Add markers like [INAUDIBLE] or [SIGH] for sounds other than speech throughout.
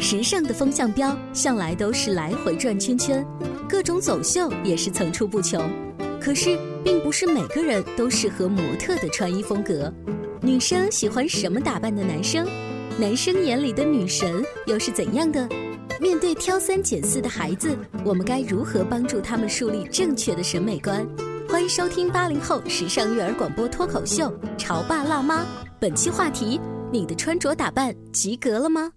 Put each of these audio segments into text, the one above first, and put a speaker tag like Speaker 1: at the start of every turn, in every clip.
Speaker 1: 时尚的风向标向来都是来回转圈圈，各种走秀也是层出不穷。可是，并不是每个人都适合模特的穿衣风格。女生喜欢什么打扮的男生？男生眼里的女神又是怎样的？面对挑三拣四的孩子，我们该如何帮助他们树立正确的审美观？欢迎收听八零后时尚育儿广播脱口秀《潮爸辣妈》。本期话题：你的穿着打扮及格了吗？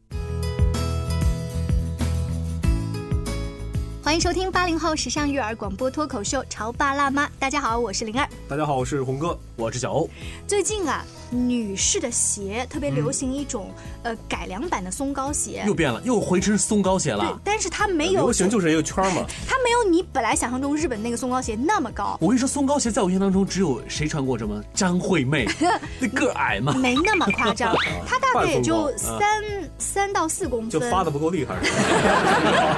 Speaker 2: 欢迎收听八零后时尚育儿广播脱口秀《潮爸辣妈》。大家好，我是灵儿。
Speaker 3: 大家好，我是红哥，我是小欧。
Speaker 2: 最近啊，女士的鞋特别流行一种、呃改良版的松糕鞋
Speaker 3: 又，变了，又回吃松糕鞋
Speaker 2: 对
Speaker 3: 了，。
Speaker 2: 但是它没有
Speaker 3: 流行就是一个圈儿嘛。
Speaker 2: 它没有你本来想象中日本那个松糕鞋那么高，
Speaker 3: 我跟你说，松糕鞋在我印象当中，只有谁穿过这么？张惠妹，那个儿矮嘛，
Speaker 2: 没那么
Speaker 3: [LAUGHS]
Speaker 2: 夸张，
Speaker 3: 啊
Speaker 2: 它大概也就
Speaker 3: 半松糕
Speaker 2: 三三到四公
Speaker 4: 就
Speaker 2: 分，
Speaker 4: 发的不够厉害，是吧？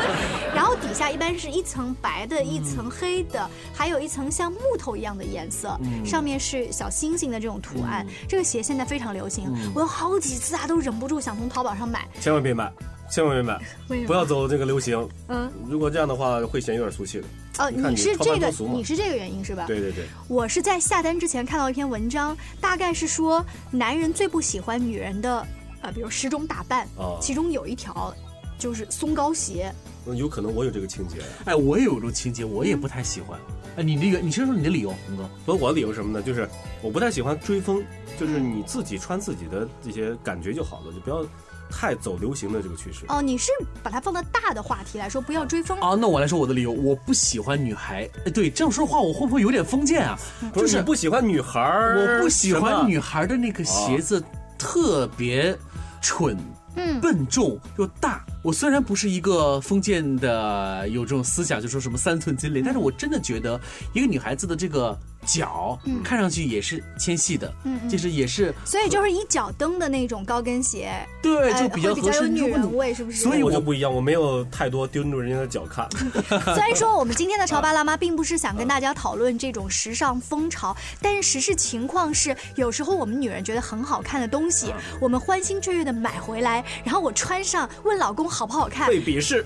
Speaker 2: 然后底下一般是一层白的，一层黑的，还有一层像木头一样的颜色，
Speaker 4: 嗯
Speaker 2: 上面是小星星的这种图案。这个鞋现在非常流行，
Speaker 4: 嗯
Speaker 2: 我有好几次啊都忍不住想从淘宝上买。
Speaker 4: 千万别买，千万
Speaker 3: [LAUGHS]
Speaker 4: 别买，
Speaker 2: 为什
Speaker 4: 不
Speaker 2: 么？
Speaker 4: 要走这个流行。
Speaker 2: 嗯，
Speaker 4: 如果这样的话，会显得有点俗气的。
Speaker 2: 哦，
Speaker 4: 你看你
Speaker 2: 是
Speaker 4: 超
Speaker 2: 这
Speaker 4: 凡
Speaker 2: 个
Speaker 4: 脱俗，嘛
Speaker 2: 你是这个原因
Speaker 3: 啊
Speaker 2: 是吧？
Speaker 4: 对对对，
Speaker 2: 我是在下单之前看到一篇文章，大概是说男人最不喜欢女人的，呃，比如十种打扮，
Speaker 4: 哦
Speaker 2: 其中有一条就是松糕鞋。
Speaker 4: 那有可能我有这个啊情节。
Speaker 3: 哎，我也有一种情节，我也不太喜欢。哎，你这个，你先说你的理由，红哥。
Speaker 4: 所以我的理由是什么呢？就是我不太喜欢追风，就是你自己穿自己的这些感觉就好了，就不要太走流行的这个趋势。
Speaker 2: 哦，你是把它放到大的话题来说，
Speaker 4: 哦
Speaker 2: 不要追风。
Speaker 3: 啊，那我来说我的理由，我不喜欢女孩。哎，对，这样说话我会不会有点封建啊？
Speaker 4: 不
Speaker 3: 就是
Speaker 4: 你不喜欢女孩儿，
Speaker 3: 我不喜欢女
Speaker 4: 什么。
Speaker 3: 孩的那个鞋子特别蠢。
Speaker 2: 嗯
Speaker 3: 笨重又大。我虽然不是一个封建的有这种思想，就说什么三寸金莲，但是我真的觉得一个女孩子的这个脚、看上去也是纤细的，
Speaker 2: 嗯嗯
Speaker 3: 就是也是
Speaker 2: 所以就是以脚蹬的那种高跟鞋，
Speaker 3: 对，
Speaker 2: 呃
Speaker 3: 就
Speaker 2: 会
Speaker 3: 哎比
Speaker 2: 比
Speaker 3: 较合
Speaker 2: 有
Speaker 3: 身。
Speaker 2: 女
Speaker 3: 就不
Speaker 2: 人味，是不是？
Speaker 3: 所以
Speaker 4: 我
Speaker 3: 我
Speaker 4: 就不一样，我没有太多盯住人家的
Speaker 3: [LAUGHS]
Speaker 4: 脚看。
Speaker 2: [LAUGHS] 虽然说我们今天的潮爸辣妈并不是想跟大家讨论这种时尚风潮，
Speaker 3: 嗯
Speaker 2: 但是实事情况是，有时候我们女人觉得很好看的东
Speaker 3: 嗯
Speaker 2: 西，我们欢欣雀跃的买回来，然后我穿上，问老公好不好看，
Speaker 4: 被鄙视，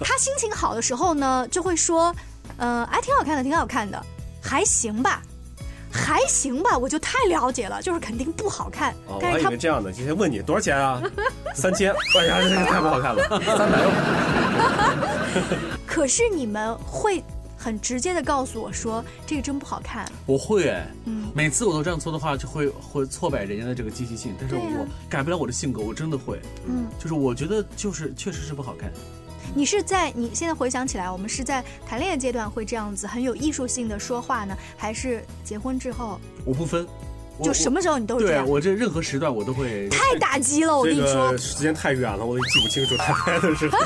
Speaker 2: 他心情好的时候呢，就会说，呃，哎，挺好看的，挺好看的，还行吧。还行吧，我就太了解了，就是肯定不好看。
Speaker 4: 哦，我
Speaker 2: 但
Speaker 4: 还
Speaker 2: 是
Speaker 4: 以
Speaker 2: 他
Speaker 4: 为这样的，今天问你多少钱啊？三千，哎呀，这太不好看了，三百六。
Speaker 2: 可是你们会很直接的告诉我说，这个真不好看。
Speaker 3: 我会哎，
Speaker 2: 嗯
Speaker 3: 每次我都这样做的话，就会会挫败人家的这个积极性，但是
Speaker 2: 对啊
Speaker 3: 我改不了我的性格，我真的会，
Speaker 2: 嗯，
Speaker 3: 就是我觉得就是确实是不好看。
Speaker 2: 你是在你现在回想起来，我们是在谈恋爱阶段会这样子很有艺术性的说话呢，还是结婚之后
Speaker 3: 我不分，我
Speaker 2: 就什么时候你都
Speaker 3: 我
Speaker 2: 是这
Speaker 3: 对啊
Speaker 2: 样？
Speaker 3: 我这任何时段我都会。
Speaker 2: 太打击了，我跟
Speaker 4: 这
Speaker 2: 哦你说
Speaker 4: 个，时间太远了，我也记不清楚大概的时候。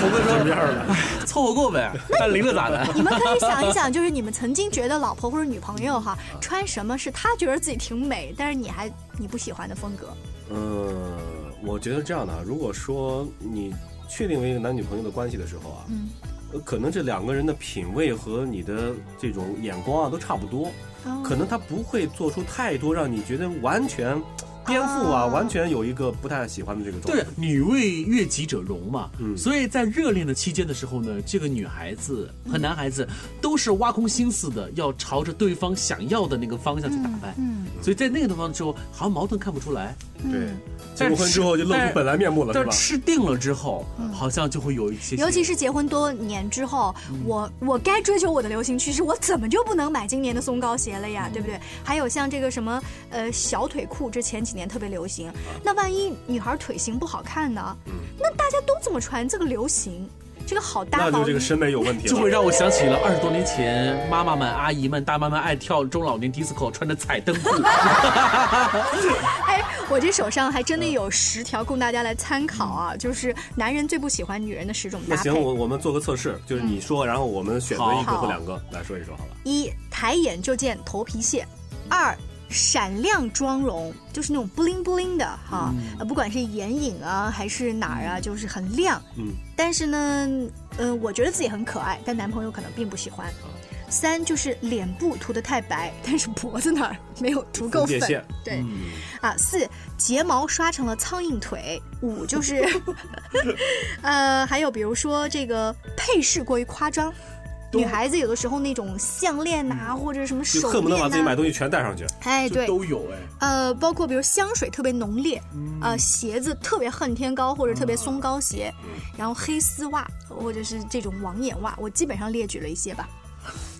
Speaker 4: 猴哥说什么样的？
Speaker 3: 凑合过
Speaker 2: [LAUGHS]
Speaker 3: 呗，那离了咋的？[LAUGHS]
Speaker 2: [LAUGHS] 你们可以想一想，就是你们曾经觉得老婆或者女朋友哈，穿什么是她觉得自己挺美，但是你还你不喜欢的风格。
Speaker 4: [LAUGHS] 嗯，我觉得这样的，啊，如果说你确定为一个男女朋友的关系的时候啊，
Speaker 2: 嗯
Speaker 4: 呃可能这两个人的品味和你的这
Speaker 2: 哦
Speaker 4: 种眼光啊都差不多，可能他不会做出太多让你觉得完全颠覆啊，
Speaker 2: 啊
Speaker 4: 完全有一个不太喜欢的这个状
Speaker 3: 对
Speaker 4: 态。，
Speaker 3: 女为悦己者容嘛，
Speaker 4: 嗯
Speaker 3: 所以在热恋的期间的时候呢，这个女孩子和男孩子都是挖空心思的，要朝着对方想要的那个方向去打扮。
Speaker 2: 嗯，
Speaker 3: 所以在那个地方之后，好像矛盾看不出来，
Speaker 4: 对，结
Speaker 3: 但
Speaker 4: 过婚
Speaker 3: 是
Speaker 4: 之后就露
Speaker 3: 但
Speaker 4: 出
Speaker 3: 是
Speaker 4: 本来面目了，是
Speaker 3: 但是
Speaker 4: 吧？
Speaker 3: 吃定了之后，好像就会有一些些，
Speaker 2: 尤其是结婚多年之后，
Speaker 4: 嗯
Speaker 2: 我我该追求我的流行趋势，我怎么就不能买今年的松糕鞋了
Speaker 4: 嗯
Speaker 2: 呀？对不对？还有像这个什么呃小腿裤，这前几年特别流
Speaker 4: 啊
Speaker 2: 行。那万一女孩腿型不好看呢？
Speaker 4: 嗯
Speaker 2: 那大家都这么穿，这个流行，这个好搭
Speaker 4: 那
Speaker 2: 毛
Speaker 4: 就
Speaker 2: 衣，
Speaker 4: 这个审美有问题
Speaker 3: 就会
Speaker 4: 了。
Speaker 3: 让我想起了二十多年前妈妈们、阿姨们、大妈们爱跳中老年 disco，穿着彩 [LAUGHS] 灯裤。
Speaker 2: 哎，我这手上还真
Speaker 4: 嗯
Speaker 2: 的有十条供大家来参考啊，就是男人最不喜欢女人的十种
Speaker 4: 那
Speaker 2: 搭配嗯
Speaker 4: 行，。我我们做个测试，就是你说，然后我们选择一个
Speaker 2: 好
Speaker 4: 或两个来说一说，好吧？
Speaker 2: 一抬眼就见头皮屑，
Speaker 4: 嗯
Speaker 2: 二闪亮妆容，就是那种布灵布灵的哈、
Speaker 4: 嗯
Speaker 2: 呃不管是眼影啊还是哪儿啊，就是很亮。
Speaker 4: 嗯，
Speaker 2: 但是呢，呃，我觉得自己很可爱，但男朋友可能并不喜欢。
Speaker 4: 嗯
Speaker 2: 三就是脸部涂得太白，但是脖子那儿 [LAUGHS] 没有涂够
Speaker 4: 分界
Speaker 2: 粉
Speaker 4: 线，嗯
Speaker 2: 对，啊四睫毛刷成了苍蝇腿，五就是，
Speaker 4: [LAUGHS]
Speaker 2: 呃，还有比如说这个配饰过于夸张，女孩子有的时候那种项链呐、或者什么
Speaker 4: 嗯就
Speaker 2: 手
Speaker 4: 恨不得把
Speaker 2: 链
Speaker 4: 自己买
Speaker 2: 呐、
Speaker 4: 东西全带上去。
Speaker 2: 哎
Speaker 3: 就
Speaker 2: 对，
Speaker 3: 都有哎，
Speaker 2: 呃，包括比如香水特别浓烈，
Speaker 4: 嗯
Speaker 2: 呃，鞋子特别恨天高或者特别
Speaker 4: 啊
Speaker 2: 松糕鞋，
Speaker 4: 嗯
Speaker 2: 然后黑丝袜或者是这种网眼袜，我基本上列举了一些吧。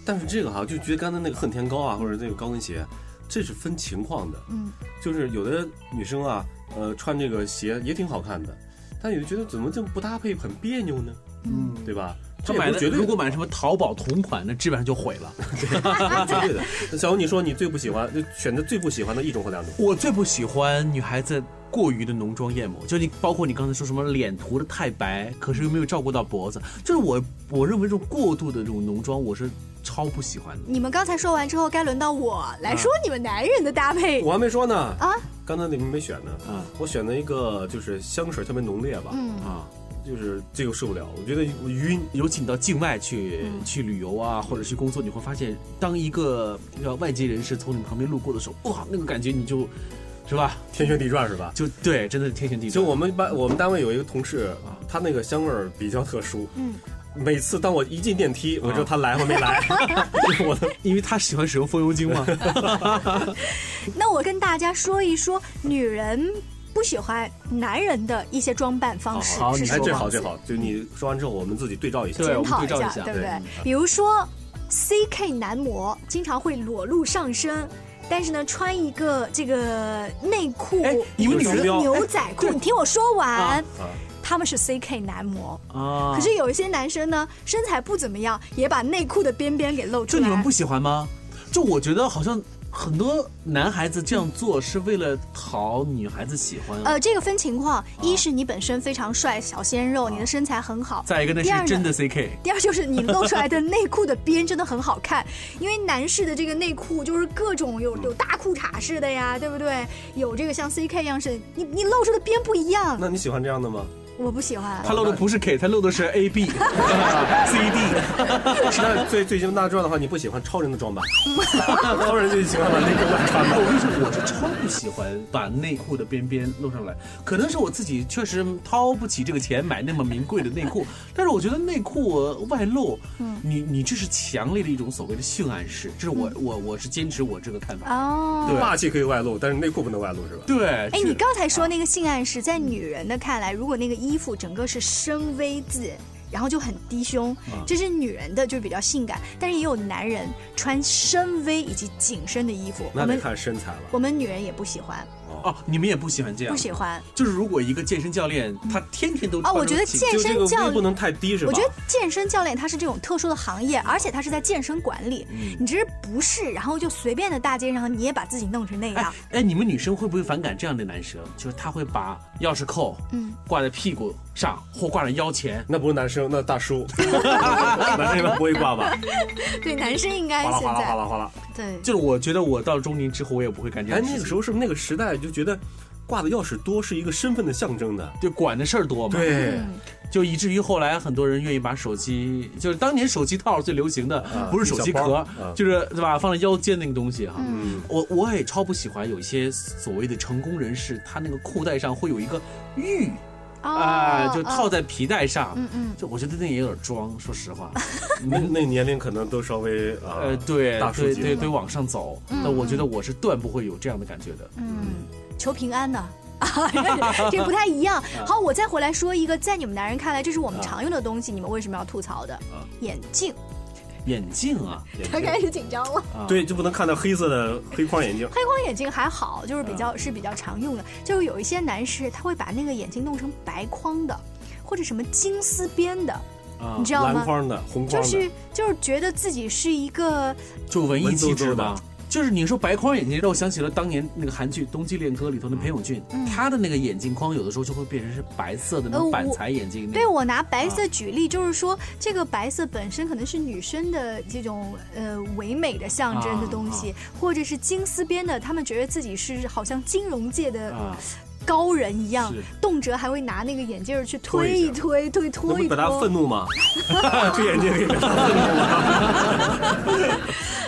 Speaker 4: 但是这个哈，就觉得刚才那个恨天高啊，或者那个高跟鞋，这是分情况的。
Speaker 2: 嗯，
Speaker 4: 就是有的女生啊，呃，穿这个鞋也挺好看的，但有的觉得怎么就不搭配很别扭呢？
Speaker 2: 嗯，
Speaker 4: 对吧？
Speaker 3: 他
Speaker 4: 这也
Speaker 3: 买
Speaker 4: 不
Speaker 3: 的
Speaker 4: 是绝对
Speaker 3: 如果买什么淘宝同款，那基本上就毁了。
Speaker 4: 买绝对的。那小欧，你说你最不喜欢，就选择最不喜欢的一种或两种？
Speaker 3: [LAUGHS] 我最不喜欢女孩子过于的浓妆艳抹，就你包括你刚才说什么脸涂的太白，可是又没有照顾到脖子，就是我我认为这种过度的这种浓妆，我是超不喜欢的。
Speaker 2: 你们刚才说完之后，该轮到我来说你们男人的搭配。
Speaker 4: 啊我还没说呢
Speaker 2: 啊！
Speaker 4: 刚才你们没选呢。
Speaker 3: 嗯
Speaker 4: 我选了一个就是香水特别浓烈吧，
Speaker 2: 嗯
Speaker 3: 啊，
Speaker 4: 就是这个受不了，我觉得我晕。
Speaker 3: 尤其你到境外去、
Speaker 2: 嗯
Speaker 3: 去旅游啊，或者去工作，你会发现，当一个呃外界人士从你旁边路过的时候，哇，那个感觉你就，是吧？
Speaker 4: 天旋地转是吧？
Speaker 3: 就对，真的是天旋地
Speaker 4: 就
Speaker 3: 转。
Speaker 4: 我们班我们单位有一个同事，啊他那个香味儿比较特殊。
Speaker 2: 嗯，
Speaker 4: 每次当我一进电梯，我知道他来或没来。
Speaker 2: [LAUGHS]
Speaker 4: 我的
Speaker 3: 因为他喜欢使用风油精 [LAUGHS] 嘛，
Speaker 2: 那我跟大家说一说女人不喜欢男人人的一些装扮方式
Speaker 3: 好好
Speaker 2: 哦是
Speaker 3: 你
Speaker 2: 什
Speaker 4: 哎，
Speaker 2: 么
Speaker 4: 这
Speaker 2: 样
Speaker 4: 好
Speaker 2: 子
Speaker 4: 这，好，就你说完之后，我们自己对照一下。
Speaker 3: 对
Speaker 2: 检
Speaker 3: 我们
Speaker 2: 讨
Speaker 3: 对照一
Speaker 2: 下，
Speaker 3: 下
Speaker 2: 对不
Speaker 3: 对？
Speaker 2: 对
Speaker 3: 嗯
Speaker 2: 比如说 CK 男模经常会裸露上身。但是呢，穿一个这个内裤
Speaker 3: 哎，你们女人
Speaker 2: 牛仔裤，
Speaker 3: 哎
Speaker 2: 你听我说完
Speaker 3: 啊，
Speaker 2: 他们是 CK 男模。
Speaker 3: 啊，
Speaker 2: 可是有一些男生呢，身材不怎么样，也把内裤的边边给露出
Speaker 3: 就
Speaker 2: 来。
Speaker 3: 你们不喜欢吗？就我觉得好像很多男孩子这样做是为了讨女孩子喜欢，
Speaker 2: 呃，这个分情
Speaker 3: 啊
Speaker 2: 况，一是你本身非常帅，小鲜肉，你的身材很好；
Speaker 3: 再一个那
Speaker 2: 第二
Speaker 3: 是
Speaker 2: 呢
Speaker 3: 真的 CK，
Speaker 2: [LAUGHS] 第二就是你露出来的内裤的边真的很好看，因为男士的这个内裤就是各种有有大裤衩式的呀，对不对？有这个像 CK 样式，你你露出的边不一样，
Speaker 4: 那你喜欢这样的吗？
Speaker 2: 我不喜欢。
Speaker 3: 他露的不是 K，他露的是 A [LAUGHS] B C D，
Speaker 4: 那最最起码大家知道的话，你不喜欢超人的装扮，超人就喜欢把内裤外穿
Speaker 3: 我
Speaker 4: 吧。
Speaker 3: 跟你说，我是超不喜欢把内裤的边边露上来，可能是我自己确实掏不起这个钱买那么名贵的内裤，但是我觉得内裤呃外露，
Speaker 2: 嗯
Speaker 3: 你你这是强烈的一种所谓的性暗示，这是我我我是坚持我这个看法，
Speaker 2: [LAUGHS] 哦，
Speaker 3: 对
Speaker 4: 霸气可以外露，但是内裤不能外露是吧？
Speaker 3: 对，
Speaker 2: 哎，
Speaker 3: 是
Speaker 2: 你刚才说那个性暗示，在女人的看来，如果那个衣服整个是深 V 字。然后就很低胸，这是女人的，就比较性感。但是也有男人穿深 V 以及紧身的衣服，我
Speaker 4: 那得
Speaker 2: 们
Speaker 4: 看身材了。
Speaker 2: 我们女人也不喜欢，
Speaker 3: 哦，你们也不喜欢这样，
Speaker 2: 不喜欢。
Speaker 3: 就是如果一个健身教练，他天天都
Speaker 2: 啊我觉得
Speaker 3: 穿着紧
Speaker 2: 健
Speaker 4: 就
Speaker 2: 身
Speaker 4: 这个
Speaker 2: 教
Speaker 4: V 不能太低是吧？
Speaker 2: 我觉得健身教练他是这种特殊的行业，而且他是在健身馆里，你这是不是？然后就随便的大街上，你也把自己弄成那样
Speaker 3: 哎。哎，你们女生会不会反感这样的男生？就是他会把钥匙扣
Speaker 2: 嗯
Speaker 3: 挂在屁股上或挂在腰前，
Speaker 4: 那不是男生，那
Speaker 2: [LAUGHS]
Speaker 4: 大叔，男生一般不会挂吧？
Speaker 2: 对，男生应该
Speaker 4: 哗啦
Speaker 2: 现
Speaker 4: 哗啦哗
Speaker 2: 在
Speaker 4: 啦哗啦。
Speaker 2: 对
Speaker 3: 就是我觉得我到了中年之后，我也不会干这
Speaker 4: 哎，
Speaker 3: 样的事
Speaker 4: 那
Speaker 3: 情。
Speaker 4: 个时候是不是那个时代就觉得挂的钥匙多是一个身份的象征的。
Speaker 3: 就管的事儿多嘛。
Speaker 4: 对
Speaker 2: 嗯，
Speaker 3: 就以至于后来很多人愿意把手机，就是当年手机套最流行的
Speaker 4: 啊
Speaker 3: 不是手机
Speaker 4: 小包
Speaker 3: 壳
Speaker 4: 啊，
Speaker 3: 就是对吧？放在腰间那个东西哈。
Speaker 4: 嗯，
Speaker 3: 我我也超不喜欢有一些所谓的成功人士，他那个裤带上会有一个玉
Speaker 2: 哦
Speaker 3: 啊、就套
Speaker 2: 在，
Speaker 3: 在皮带上。
Speaker 2: 嗯嗯，
Speaker 3: 就我觉得那也有点装，说实话。
Speaker 4: 那那年龄可能都稍微啊，
Speaker 3: 呃，对
Speaker 4: 大数
Speaker 3: 对
Speaker 4: 据
Speaker 3: 对对，往上走。那我觉得我是断不会有这样的感觉的。
Speaker 2: 嗯，求平安呢。 [LAUGHS] 啊，这不太一样。好，我再回来说一个，在你们男人看来，这是我们常用的东西，你们为什么要吐槽的？眼 [LAUGHS] 镜，
Speaker 3: 眼镜啊，
Speaker 2: 他开始紧张了。
Speaker 3: 啊
Speaker 4: 对，就不能看到黑色的黑框眼镜。
Speaker 2: 黑框眼镜还好，就是比较是比较常用的，就是有一些男士他会把那个眼镜弄成白框的，或者什么金丝边的，
Speaker 3: 啊
Speaker 2: 你，知道
Speaker 4: 蓝
Speaker 2: 吗？
Speaker 4: 框的、红
Speaker 2: 就
Speaker 4: 框的
Speaker 2: 是，就是觉得自己是一个
Speaker 3: 就文艺
Speaker 4: 文绉
Speaker 3: 气质
Speaker 4: 绉的
Speaker 3: 吧。就是你说白框眼镜，让我想起了当年那个韩剧《冬季恋歌》里头的裴勇俊，
Speaker 2: 嗯
Speaker 3: 他的那个眼镜框有的时候就会变成是白色的那
Speaker 2: 呃
Speaker 3: 种
Speaker 2: 我
Speaker 3: 板材眼镜。那
Speaker 2: 对
Speaker 3: 种
Speaker 2: 我拿白色举例，就是说这个白色本身可能是女生的这种呃唯美的象征的东西，或者是金丝边的，他们觉得自己是好像金融界的
Speaker 3: 啊，
Speaker 2: 高人一样，
Speaker 3: 是
Speaker 2: 动辄还会拿那个眼镜儿去
Speaker 4: 推
Speaker 2: 啊推
Speaker 4: 一
Speaker 2: 一推，推
Speaker 4: 那
Speaker 2: 拖
Speaker 4: 不
Speaker 2: 一
Speaker 4: 表达
Speaker 2: 拖
Speaker 4: 愤。怒
Speaker 2: [LAUGHS]
Speaker 4: 吗？ [LAUGHS] 这眼镜可以表达愤怒吗？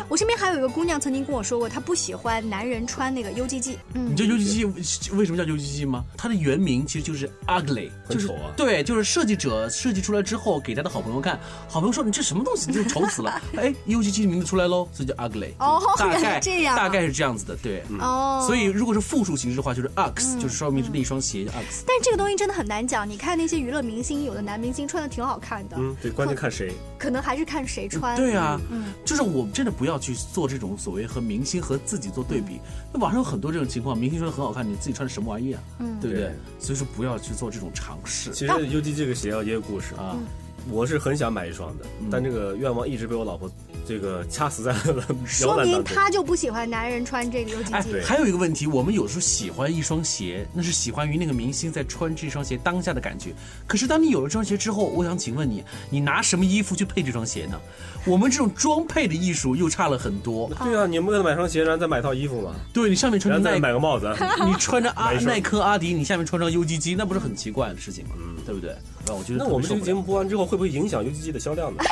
Speaker 2: 我身边还有一个姑娘曾经跟我说过，她不喜欢男人穿那个 UGG，
Speaker 3: 你
Speaker 2: 嗯，
Speaker 3: 知道 U G G 为什么叫 U G G 吗？它的原名其实就是 ugly，
Speaker 4: 很
Speaker 3: 就是
Speaker 4: 丑啊
Speaker 3: 对，就是设计者设计出来之后给他的好朋友看，好朋友说你这什么东西，你就丑死
Speaker 2: [LAUGHS]
Speaker 3: 了。哎，U G G 的名字出来喽，所以叫 ugly。
Speaker 2: 哦
Speaker 3: 大
Speaker 2: 原
Speaker 3: 概
Speaker 2: 来这样啊
Speaker 3: 大概是这样子的，对。
Speaker 2: 哦，嗯
Speaker 3: 所以如果是复数形式的话，就是 ux，就是说明是那一双鞋 ux。
Speaker 2: 但这个东西真的很难讲。你看那些娱乐明星，有的男明星穿的挺好看的，
Speaker 4: 嗯，对，关键看谁。
Speaker 2: 可能还是看谁穿。
Speaker 3: 对啊，
Speaker 2: 嗯
Speaker 3: 就是我们真的不要去做这种所谓和明星和自己做对比。那网上有很多这种情况，明星说的很好看，你自己穿什么玩意啊？
Speaker 2: 嗯
Speaker 3: 对不对
Speaker 4: 对？
Speaker 3: 所以说不要去做这种尝试
Speaker 4: 其实 U G 这个鞋啊也有故事
Speaker 3: 啊。
Speaker 2: 嗯
Speaker 4: 我是很想买一双的，但这个愿望一直被我老婆这个掐死在了摇
Speaker 2: 说
Speaker 4: 篮
Speaker 2: 明
Speaker 4: 当中。
Speaker 2: 他就不喜欢男人穿这个 UGG。
Speaker 3: 哎
Speaker 4: 对，
Speaker 3: 还有一个问题，我们有时候喜欢一双鞋，那是喜欢于那个明星在穿这双鞋当下的感觉。可是当你有了这双鞋之后，我想请问你，你拿什么衣服去配这双鞋呢？我们这种装配的艺术又差了很多。
Speaker 4: 对啊，你们为了买双鞋，然后再买套衣服嘛，
Speaker 3: 对你上面
Speaker 4: 然
Speaker 3: 穿
Speaker 4: 后
Speaker 3: 着
Speaker 4: 再
Speaker 3: 耐
Speaker 4: 买
Speaker 2: [LAUGHS]
Speaker 4: 个帽子。
Speaker 3: [LAUGHS] 你穿着阿
Speaker 4: 没事
Speaker 3: 耐克、阿迪，你下面穿双 UGG，那不是很奇怪的事情吗？对不对？啊，我觉得
Speaker 4: 那
Speaker 3: 特别
Speaker 4: 我们
Speaker 3: 受不
Speaker 4: 这个节
Speaker 3: 了哎
Speaker 4: 目播完之后，会不会影响 U G G 的销量呢？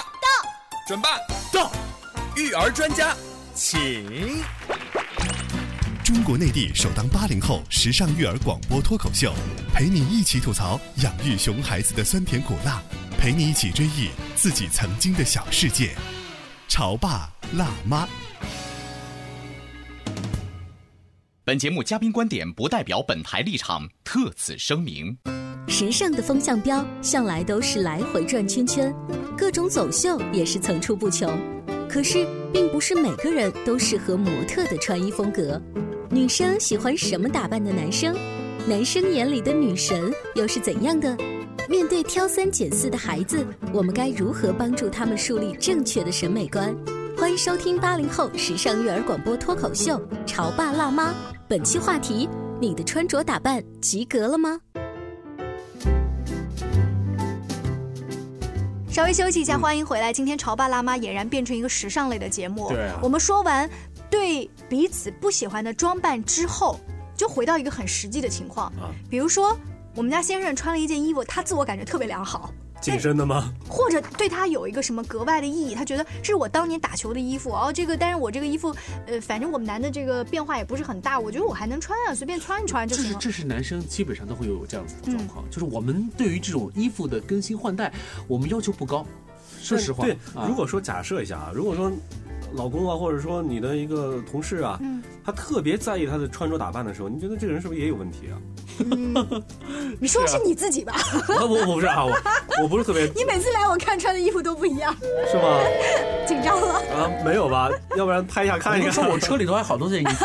Speaker 5: 到，准爸
Speaker 3: 到，
Speaker 5: 育儿专家，请。
Speaker 6: 中国内地首档八零后时尚育儿广播脱口秀，陪你一起吐槽养育熊孩子的酸甜苦辣，陪你一起追忆自己曾经的小世界。潮爸辣妈。
Speaker 7: 本节目嘉宾观点不代表本台立场，特此声明。
Speaker 1: 时尚的风向标向来都是来回转圈圈，各种走秀也是层出不穷。可是，并不是每个人都适合模特的穿衣风格。女生喜欢什么打扮的男生？男生眼里的女神又是怎样的？面对挑三拣四的孩子，我们该如何帮助他们树立正确的审美观？欢迎收听八零后时尚育儿广播脱口秀《潮爸辣妈》。本期话题：你的穿着打扮及格了吗？
Speaker 2: 稍微休息一下，欢迎回来。今天潮爸辣妈俨然变成一个时尚类的节目。
Speaker 3: 对啊
Speaker 2: 我们说完对彼此不喜欢的装扮之后，就回到一个很实际的情况，
Speaker 3: 啊
Speaker 2: 比如说我们家先生穿了一件衣服，他自我感觉特别良好。
Speaker 4: 紧身的
Speaker 3: [LAUGHS]
Speaker 4: 吗？
Speaker 2: 或者对他有一个什么格外的意义，他觉得这是我当年打球的衣服哦，这个但是我这个衣服，呃，反正我们男的这个变化也不是很大，我觉得我还能穿啊，随便穿一穿就
Speaker 3: 这
Speaker 2: 行
Speaker 3: 是
Speaker 2: 了。嗯
Speaker 3: 这是男生基本上都会有这样子的状况，就是我们对于这种衣服的更新换代，我们要求不高。说实话，
Speaker 4: 对，
Speaker 3: 啊 [LAUGHS]
Speaker 4: 如果说假设一下啊，如果说老公啊，或者说你的一个同事啊，
Speaker 2: 嗯
Speaker 4: 他特别在意他的穿着打扮的时候，你觉得这个人是不是也有问题啊？
Speaker 2: 嗯，你说的是你自己吧？
Speaker 4: 我我我不是啊，我我不是特别
Speaker 2: 你每次来我看穿的衣服都不一样，
Speaker 4: 是吗？
Speaker 2: 紧张了。
Speaker 4: 啊，没有
Speaker 3: [LAUGHS]
Speaker 4: 吧？要不然拍一下看一
Speaker 3: 我
Speaker 4: 看。
Speaker 3: 说 [LAUGHS] 我车里头还好多件衣服，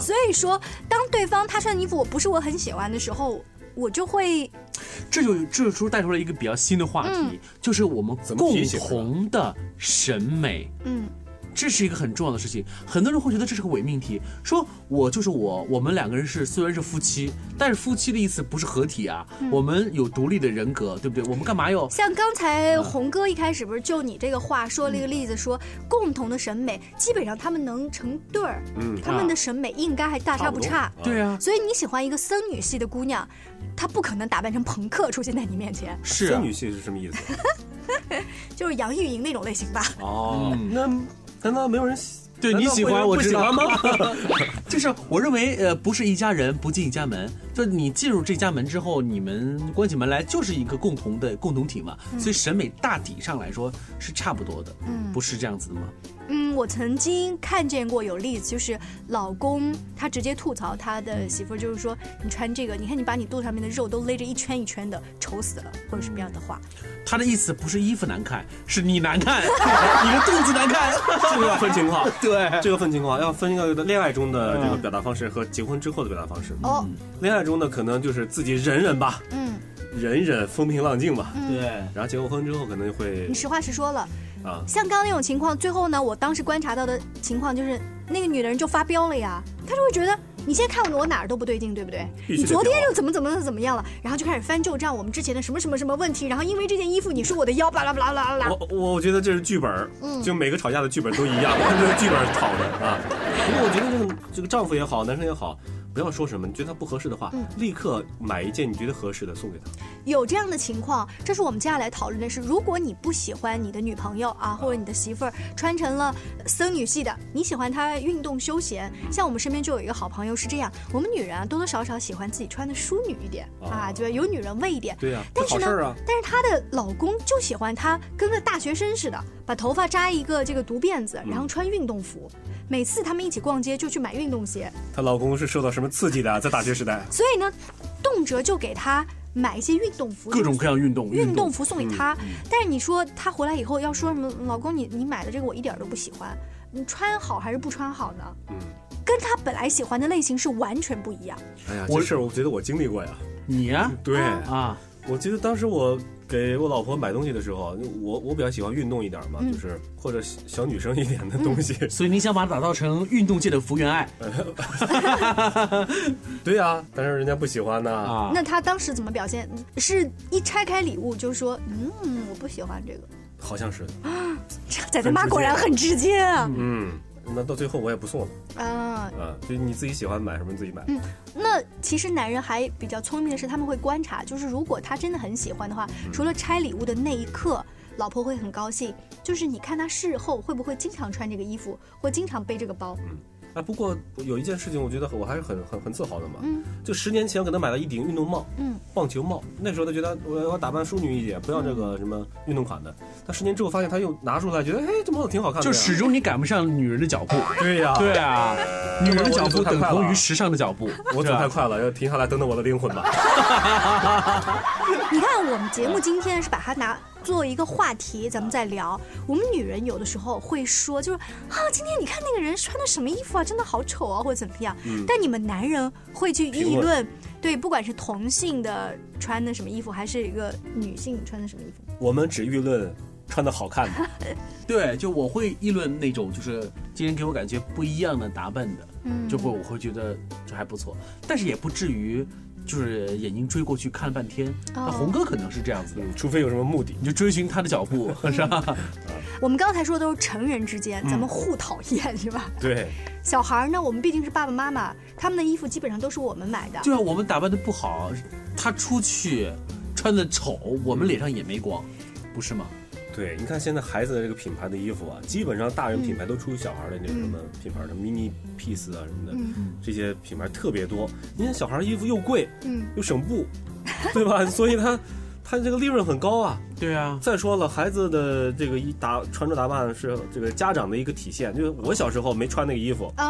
Speaker 2: 所以说，当对方他穿的衣服我不是我很喜欢的时候，我就会
Speaker 3: 这就这就带出了一个比较新的话题，
Speaker 2: 嗯
Speaker 3: 就是我们
Speaker 4: 怎么
Speaker 3: 共
Speaker 4: 提醒是吧
Speaker 3: 同的审美。
Speaker 2: 嗯
Speaker 3: 这是一个很重要的事情，很多人会觉得这是个伪命题，说我就是我，我们两个人是虽然是夫妻，但是夫妻的意思不是合体啊，
Speaker 2: 嗯
Speaker 3: 我们有独立的人格，对不对？我们干嘛
Speaker 4: 啊
Speaker 3: 要
Speaker 2: 像刚才红哥一开始不是就你这个话说了一个例子说，共同的审美基本上他们能成对儿，
Speaker 4: 嗯
Speaker 2: 他们的审美应该还大差不差。
Speaker 4: 多
Speaker 3: 对啊？
Speaker 2: 所以你喜欢一个森女系的姑娘，她不可能打扮成朋克出现在你面前，
Speaker 3: 是啊
Speaker 4: 森女系是什么意思？
Speaker 2: 就是杨钰莹那种类型吧？
Speaker 4: 哦，那难道没有人喜？
Speaker 3: 嗯对
Speaker 4: 难道
Speaker 3: 你喜欢
Speaker 4: 会有人
Speaker 3: 我
Speaker 4: 不
Speaker 3: 知
Speaker 4: 喜
Speaker 3: 道
Speaker 4: 欢吗？
Speaker 3: [LAUGHS] 就是我认为，呃，不是一家人不进一家门，就是你进入这家门之后，你们关起门来就是一个共同的共同体嘛，所以审美大体上来说是差不多的，
Speaker 2: 嗯
Speaker 3: 不是这样子的吗？
Speaker 2: 嗯，我曾经看见过有例子，就是老公他直接吐槽他的媳妇儿，就是说你穿这个，你看你把你肚子上面的肉都勒着一圈一圈的，丑死了，或者什么样的话。
Speaker 3: 他的意思不是衣服难看，是你难看， [LAUGHS] 你的肚子难
Speaker 4: [LAUGHS]
Speaker 3: 看，
Speaker 4: 这个要分情况，
Speaker 3: 对。嗯
Speaker 4: 这个分情况，要分一个恋爱中的这个表达方式和结婚之后的表达方式。
Speaker 2: 哦，
Speaker 4: 恋爱中呢，可能就是自己忍忍吧，
Speaker 2: 嗯，
Speaker 4: 忍忍风平浪静吧。
Speaker 3: 对，
Speaker 4: 然后结过婚之后，可能就会
Speaker 2: 你实话实说了。
Speaker 4: 啊，
Speaker 2: 像刚刚那种情况，最后呢，我当时观察到的情况就是，那个女人就发飙了呀，她就会觉得你现在看我哪儿都不对劲，对不对？
Speaker 4: 必须
Speaker 2: 你
Speaker 4: 得
Speaker 2: 昨天
Speaker 4: 飙
Speaker 2: 又怎么怎么怎么样了，然后就开始翻旧账，我们之前的什么什么什么问题，然后因为这件衣服你说我的腰，巴拉巴拉巴拉巴拉。
Speaker 4: 我我觉得这是剧本儿，
Speaker 2: 嗯
Speaker 4: 就每个吵架的剧本都一样，都是剧本儿炒的啊。不过我觉得这个这个丈夫也好，男生也好，不要说什么，你觉得他不合适的话，
Speaker 2: 嗯
Speaker 4: 立刻买一件你觉得合适的送给他。
Speaker 2: 有这样的情况，这是我们接下来讨论的是，如果你不喜欢你的女朋友啊，或者你的媳妇儿穿成了呃僧女系的，你喜欢她运动休闲，像我们身边就有一个好朋友是这样，我们女人啊多多少少喜欢自己穿的淑女一点啊，
Speaker 4: 哦
Speaker 2: 觉得有女人味一点。
Speaker 4: 对呀、这
Speaker 2: 但是
Speaker 4: 好
Speaker 2: 呢
Speaker 4: 事儿啊。
Speaker 2: 但是她的老公就喜欢她跟个大学生似的，把头发扎一个这个独辫子，然后穿运动服。每次他们一起逛街就去买运动鞋，
Speaker 4: 她老公是受到什么刺激的啊？在大学时代，
Speaker 2: 所以呢，动辄就给她买一些运动服，
Speaker 3: 各种各样运动，
Speaker 2: 运动服送给她。但是你说她回来以后要说什么？老公你，你买的这个我一点儿都不喜欢，你穿好还是不穿好呢？
Speaker 4: 嗯
Speaker 2: 跟她本来喜欢的类型是完全不一样。
Speaker 4: 哎呀，
Speaker 3: 我
Speaker 4: 这事儿我觉得我经历过呀。
Speaker 3: 你呀、
Speaker 4: 对，
Speaker 2: 哦
Speaker 3: 啊，
Speaker 4: 我记得当时我给我老婆买东西的时候，我我比较喜欢运动一点嘛，
Speaker 2: 嗯
Speaker 4: 就是或者小小女生一点的
Speaker 2: [LAUGHS]
Speaker 4: 东西。
Speaker 3: 所以你想把它打造成运动界的福原爱
Speaker 4: 对呀、但是人家不喜欢呐。
Speaker 3: 啊？
Speaker 2: 那她当时怎么表现？是一拆开礼物就说，嗯，我不喜欢这个。
Speaker 4: 好像是的。
Speaker 2: [LAUGHS] 仔仔妈果然很直接啊！
Speaker 4: 嗯，那到最后我也不送了。
Speaker 2: 啊，
Speaker 4: 啊，嗯就你自己喜欢买什么你自己买。
Speaker 2: 那其实男人还比较聪明的是，他们会观察，就是如果他真的很喜欢的话，除了拆礼物的那一刻，老婆会很高兴，就是你看他事后会不会经常穿这个衣服，或经常背这个包。
Speaker 4: 哎，不过有一件事情，我觉得我还是很很很自豪的嘛。
Speaker 2: 嗯，
Speaker 4: 就十年前我给他买了一顶运动帽，
Speaker 2: 嗯，
Speaker 4: 棒球帽。那时候他觉得我要打扮淑女一点，不要这个什么运动款的。他十年之后发现他又拿出来，觉得哎，这帽子挺好看的
Speaker 3: 就
Speaker 4: 呀。
Speaker 3: 始终你赶不上女人的脚步。
Speaker 4: 对呀、
Speaker 3: 对， [LAUGHS] 啊，女人的脚步等同
Speaker 4: 我走太快了
Speaker 3: 于时尚的脚 [LAUGHS] 步。
Speaker 4: 我
Speaker 3: 是
Speaker 4: 走
Speaker 3: 吧
Speaker 4: 太快了，要停下来等等我的灵魂吧。
Speaker 2: 你看，我们节目今天是把它拿做一个话题，咱们再聊。我们女人有的时候会说，就是啊，今天你看那个人穿的什么衣服啊，真的好丑啊，或者怎么样。但你们男人会去议
Speaker 4: 评
Speaker 2: 论，对，不管是同性的穿的什么衣服，还是一个女性穿的什么衣服。
Speaker 4: [LAUGHS] 我们只议论穿的好看的，
Speaker 3: 对，就我会议论那种就是今天给我感觉不一样的打扮的，
Speaker 2: 嗯
Speaker 3: 就会我会觉得这还不错，但是也不至于就是眼睛追过去看了半天。那
Speaker 2: 哦
Speaker 3: 红哥可能是这样子的，
Speaker 4: 嗯除非有什么目的。
Speaker 3: 你就追寻他的脚步，是吧？ [LAUGHS]
Speaker 2: 我们刚才说的都是成人之间，咱们互讨厌、是吧？
Speaker 4: 对，
Speaker 2: 小孩儿呢，我们毕竟是爸爸妈妈，他们的衣服基本上都是我们买的。
Speaker 3: 就啊像我们打扮的不好，他出去穿的丑，我们脸上也没光，不是吗？
Speaker 4: 对，你看现在孩子的这个品牌的衣服啊，基本上大人品牌都出于小孩的那种什
Speaker 2: 嗯
Speaker 4: 么品牌的 mini piece 啊什么的，这些品牌特别多。你看小孩衣服又贵， [LAUGHS]
Speaker 2: 嗯，
Speaker 4: 又省布，对吧？所以他它这个利润很高啊。
Speaker 3: 对啊，
Speaker 4: 再说了，孩子的这个衣打穿着打扮是这个家长的一个体现，就是我小时候没穿那个衣服。啊，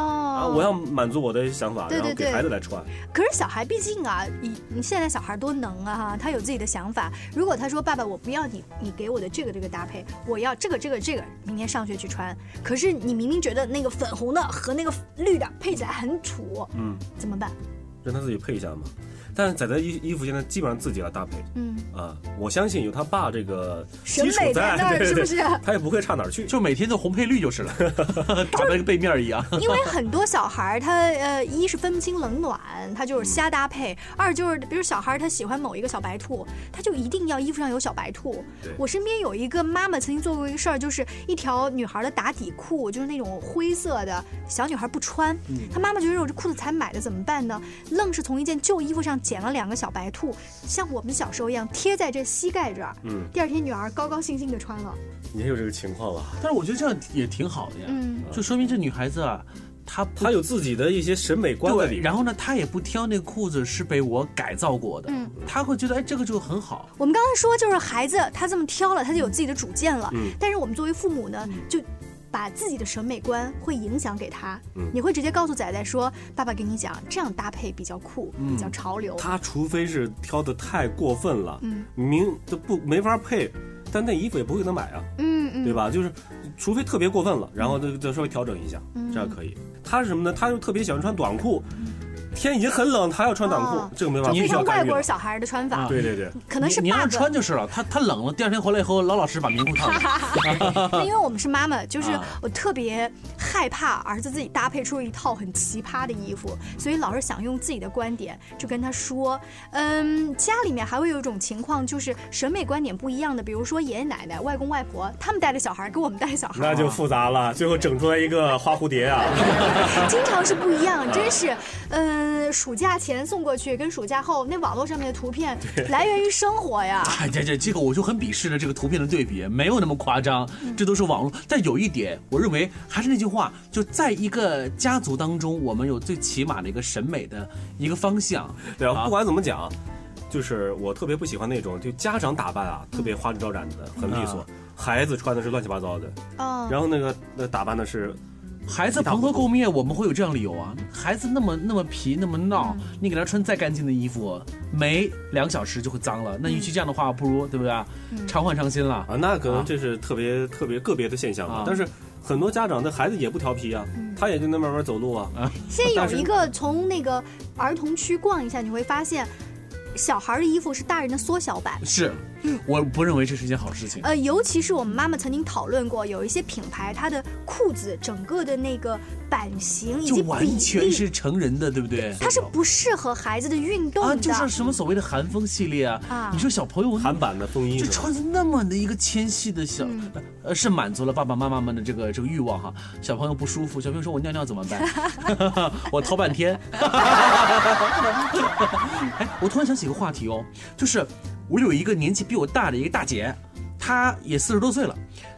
Speaker 2: 哦，
Speaker 4: 我要满足我的想法，
Speaker 2: 对
Speaker 4: 然后
Speaker 2: 对
Speaker 4: 给
Speaker 2: 对
Speaker 4: 孩子来穿。
Speaker 2: 可是小孩毕竟啊，你你现在小孩多能啊哈，他有自己的想法。如果他说爸爸，我不要你，你给我的这个这个搭配，我要这个这个这个，明天上学去穿。可是你明明觉得那个粉红的和那个绿的配起来很土，
Speaker 4: 嗯，
Speaker 2: 怎么办？
Speaker 4: 让他自己配一下嘛。但是仔仔衣衣服现在基本上自己来搭配
Speaker 2: 嗯，
Speaker 4: 啊，我相信有他爸这个
Speaker 2: 审
Speaker 4: 基础
Speaker 2: 美在
Speaker 4: 在，
Speaker 2: 那儿
Speaker 4: 对
Speaker 2: 是不
Speaker 4: 对
Speaker 2: 是？
Speaker 4: 对，他也不会差哪儿去。
Speaker 3: 就每天的红配绿就是了， [LAUGHS] 打在背面儿一 [LAUGHS] 样。
Speaker 4: [LAUGHS]
Speaker 2: 因为很多小孩儿他呃，一是分不清冷暖，他就是瞎搭配；
Speaker 4: 嗯
Speaker 2: 二就是比如小孩儿他喜欢某一个小白兔，他就一定要衣服上有小白兔
Speaker 4: 对。
Speaker 2: 我身边有一个妈妈曾经做过一个事儿，就是一条女孩儿的打底裤，就是那种灰色的，小女孩儿不穿，
Speaker 4: 嗯
Speaker 2: 她妈妈就觉得我这裤子才买的怎么办呢？愣是从一件旧衣服上剪了两个小白兔，像我们小时候一样贴在这膝盖这儿。
Speaker 4: 嗯，
Speaker 2: 第二天女儿高高兴兴的穿了。
Speaker 4: 你也有这个情况啊吧？
Speaker 3: 但是我觉得这样也挺好的呀，
Speaker 2: 嗯
Speaker 3: 就说明这女孩子啊，她不
Speaker 4: 他有自己的一些审美观在里
Speaker 3: 对，
Speaker 4: 面。
Speaker 3: 然后呢，她也不挑那个裤子是被我改造过的，
Speaker 2: 嗯
Speaker 3: 她会觉得哎，这个就很好。
Speaker 2: 我们刚刚说，就是孩子他这么挑了，他就有自己的主见了。
Speaker 4: 嗯
Speaker 2: 但是我们作为父母呢，就把自己的审美观会影响给他。
Speaker 4: 嗯
Speaker 2: 你会直接告诉仔仔说：“爸爸跟你讲，这样搭配比较酷，
Speaker 4: 嗯
Speaker 2: 比较潮流。
Speaker 4: 他除非是挑的太过分了，
Speaker 2: 嗯
Speaker 4: 明都不没法配，但那衣服也不会给他买啊，
Speaker 2: 嗯”嗯
Speaker 4: 对吧？就是除非特别过分了，然后再再稍微调整一下，
Speaker 2: 嗯
Speaker 4: 这样可以。他是什么呢？他就特别喜欢穿短裤，天已经很冷，他要穿短裤，
Speaker 2: 哦
Speaker 4: 这个没法，
Speaker 2: 就
Speaker 4: 必
Speaker 2: 非
Speaker 4: 须要
Speaker 2: 常
Speaker 4: 干
Speaker 2: 外
Speaker 4: 预
Speaker 2: 国
Speaker 4: 了
Speaker 2: 人。小孩的穿法
Speaker 3: 啊，
Speaker 4: 对对对，
Speaker 2: 可能是
Speaker 3: 你你
Speaker 2: 爸
Speaker 3: 让她
Speaker 2: 爸
Speaker 3: 穿。就是了，她她冷了，第二天回来以后老老实实把棉裤套
Speaker 2: [LAUGHS]
Speaker 3: 上。
Speaker 2: 那因为我们是妈妈，就是
Speaker 3: 啊
Speaker 2: 我特别害怕儿子自己搭配出一套很奇葩的衣服，所以老是想用自己的观点就跟他说。嗯，家里面还会有一种情况，就是审美观点不一样的，比如说爷爷奶奶、外公外婆，他们带的小孩跟我们带的小孩啊
Speaker 4: 那就复杂了，最后整出来一个花蝴蝶啊！
Speaker 2: 经常是不一样，真是。嗯，暑假前送过去跟暑假后那网络上面的图片来源于生活
Speaker 4: [LAUGHS]
Speaker 2: 呀。
Speaker 3: 哎，这这这个我就很鄙视了这个图片的对比，没有那么夸张，
Speaker 2: 嗯
Speaker 3: 这都是网络。但有一点，我认为还是那句话，就在一个家族当中，我们有最起码的一个审美的一个方向。
Speaker 4: 对啊，
Speaker 3: 啊
Speaker 4: 不管怎么讲，就是我特别不喜欢那种就家长打扮啊，特别花枝招展的，很利
Speaker 3: 嗯
Speaker 4: 索，啊孩子穿的是乱七八糟的，
Speaker 2: 嗯，
Speaker 4: 然后那个那打扮的是
Speaker 3: 孩子蓬头垢面，我们会有这样的理由啊。孩子那么那么皮，那么闹，
Speaker 2: 嗯
Speaker 3: 你给他穿再干净的衣服，没两小时就会脏了。那与其这样的话，
Speaker 2: 嗯
Speaker 3: 不如对不对啊？常换常新了。
Speaker 4: 啊，那可能
Speaker 3: 啊
Speaker 4: 这是特别、特别个别的现象吧。
Speaker 3: 啊
Speaker 4: 但是很多家长的孩子也不调皮啊，他也就能慢慢走路啊。
Speaker 2: 现在
Speaker 4: 但
Speaker 2: 有
Speaker 4: 是
Speaker 2: 一个从那个儿童区逛一下，你会发现，小孩儿的衣服是大人的缩小版。
Speaker 3: 是，我不认为这是一件好事情。
Speaker 2: 呃，尤其是我们妈妈曾经讨论过，有一些品牌它的裤子整个的那个版型以
Speaker 3: 就
Speaker 2: 及
Speaker 3: 完
Speaker 2: 比
Speaker 3: 全
Speaker 2: 例，
Speaker 3: 是成人的，对不对？
Speaker 2: 它是不适合孩子的运动
Speaker 3: 啊，
Speaker 2: 的。
Speaker 3: 就是什么所谓的韩风系列啊，
Speaker 2: 啊
Speaker 3: 你说小朋友
Speaker 4: 韩版的风衣
Speaker 3: 就是
Speaker 4: 吧
Speaker 3: 穿的那么的一个纤细的小，
Speaker 4: 嗯
Speaker 3: 呃，是满足了爸爸妈妈们的这个这个欲望哈。小朋友不舒服，小朋友说我尿尿怎么办？ [LAUGHS] 我掏半天。哎，我突然想起一个话题哦，就是我有一个年纪比我大的一个大姐，她也四十多岁了，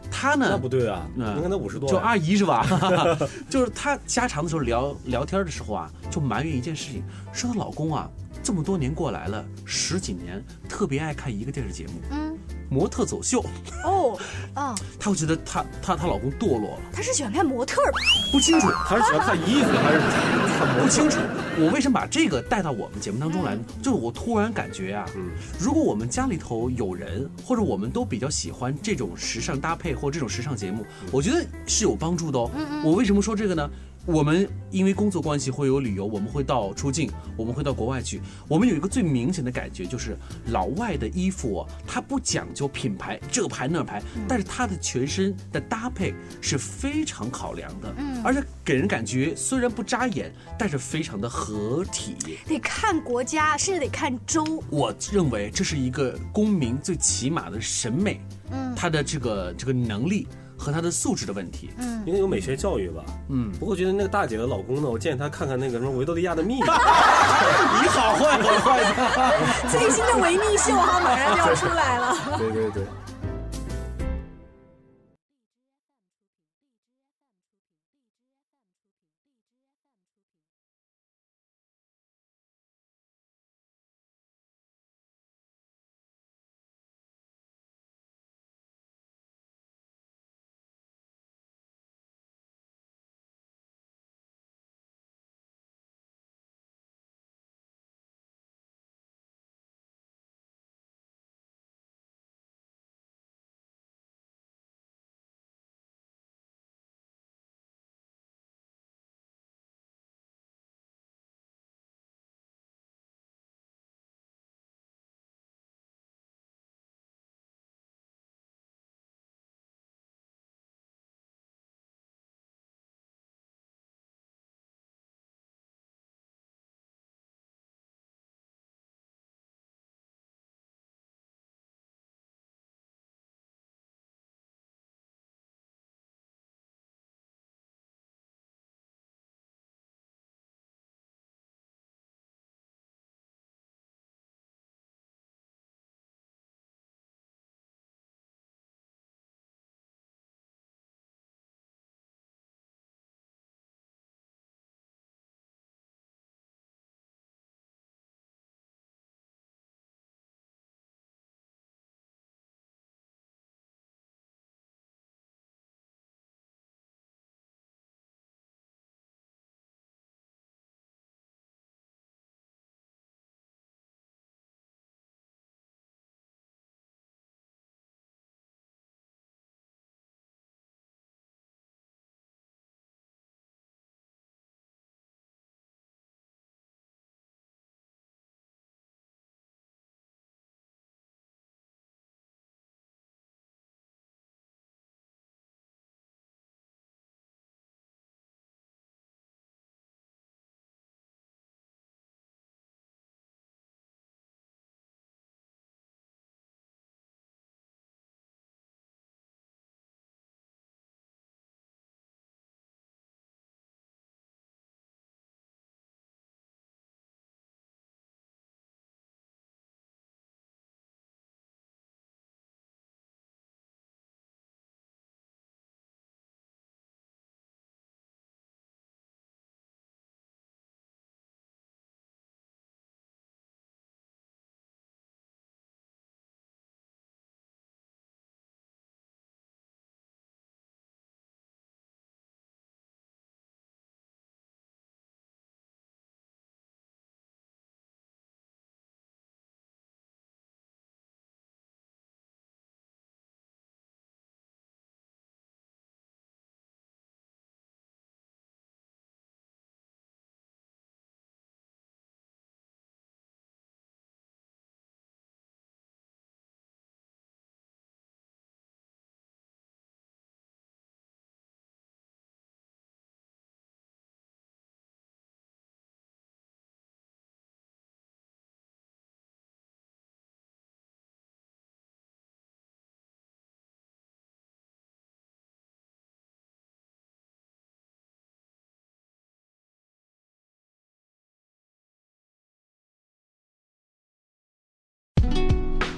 Speaker 3: 她呢
Speaker 4: 那不对啊，
Speaker 3: 嗯
Speaker 4: 你看他五十多
Speaker 3: 就
Speaker 4: 了，
Speaker 3: 阿姨是吧？
Speaker 4: [LAUGHS]
Speaker 3: 就是她家常的时候聊聊天的时候啊，就埋怨一件事情，说她老公啊这么多年过来了，十几年特别爱看一个电视节目，
Speaker 2: 嗯，
Speaker 3: 模特走秀，
Speaker 2: 哦，啊，
Speaker 3: 她会觉得她她她老公堕落了，
Speaker 2: 他是喜欢看模特儿吧？
Speaker 3: 不清楚
Speaker 4: 他是喜欢看衣服还是看模
Speaker 3: 不
Speaker 4: 特？
Speaker 3: 清楚。我为什么把这个带到我们节目当中来呢？就是我突然感觉啊，
Speaker 4: 嗯
Speaker 3: 如果我们家里头有人，或者我们都比较喜欢这种时尚搭配或这种时尚节目，我觉得是有帮助的哦。我为什么说这个呢？我们因为工作关系会有旅游，我们会到出境，我们会到国外去。我们有一个最明显的感觉就是，老外的衣服、哦、它不讲究品牌，这牌那牌，但是它的全身的搭配是非常考量的，而且给人感觉虽然不扎眼，但是非常的合体。
Speaker 2: 得看国家，甚至得看
Speaker 3: [LAUGHS]
Speaker 2: 州。
Speaker 3: 我认为这是一个公民最起码的审美，嗯，他的这个这个能力和他的素质的问题。
Speaker 4: 应该有美学教育吧。嗯，不过我觉得那个大姐的老公呢，我建议她看看那个什么维多利亚的秘
Speaker 3: [LAUGHS]
Speaker 4: 密。
Speaker 3: 你好坏，好坏。
Speaker 2: 最新的维密秀哈，马上就要出来了。
Speaker 4: 对对对。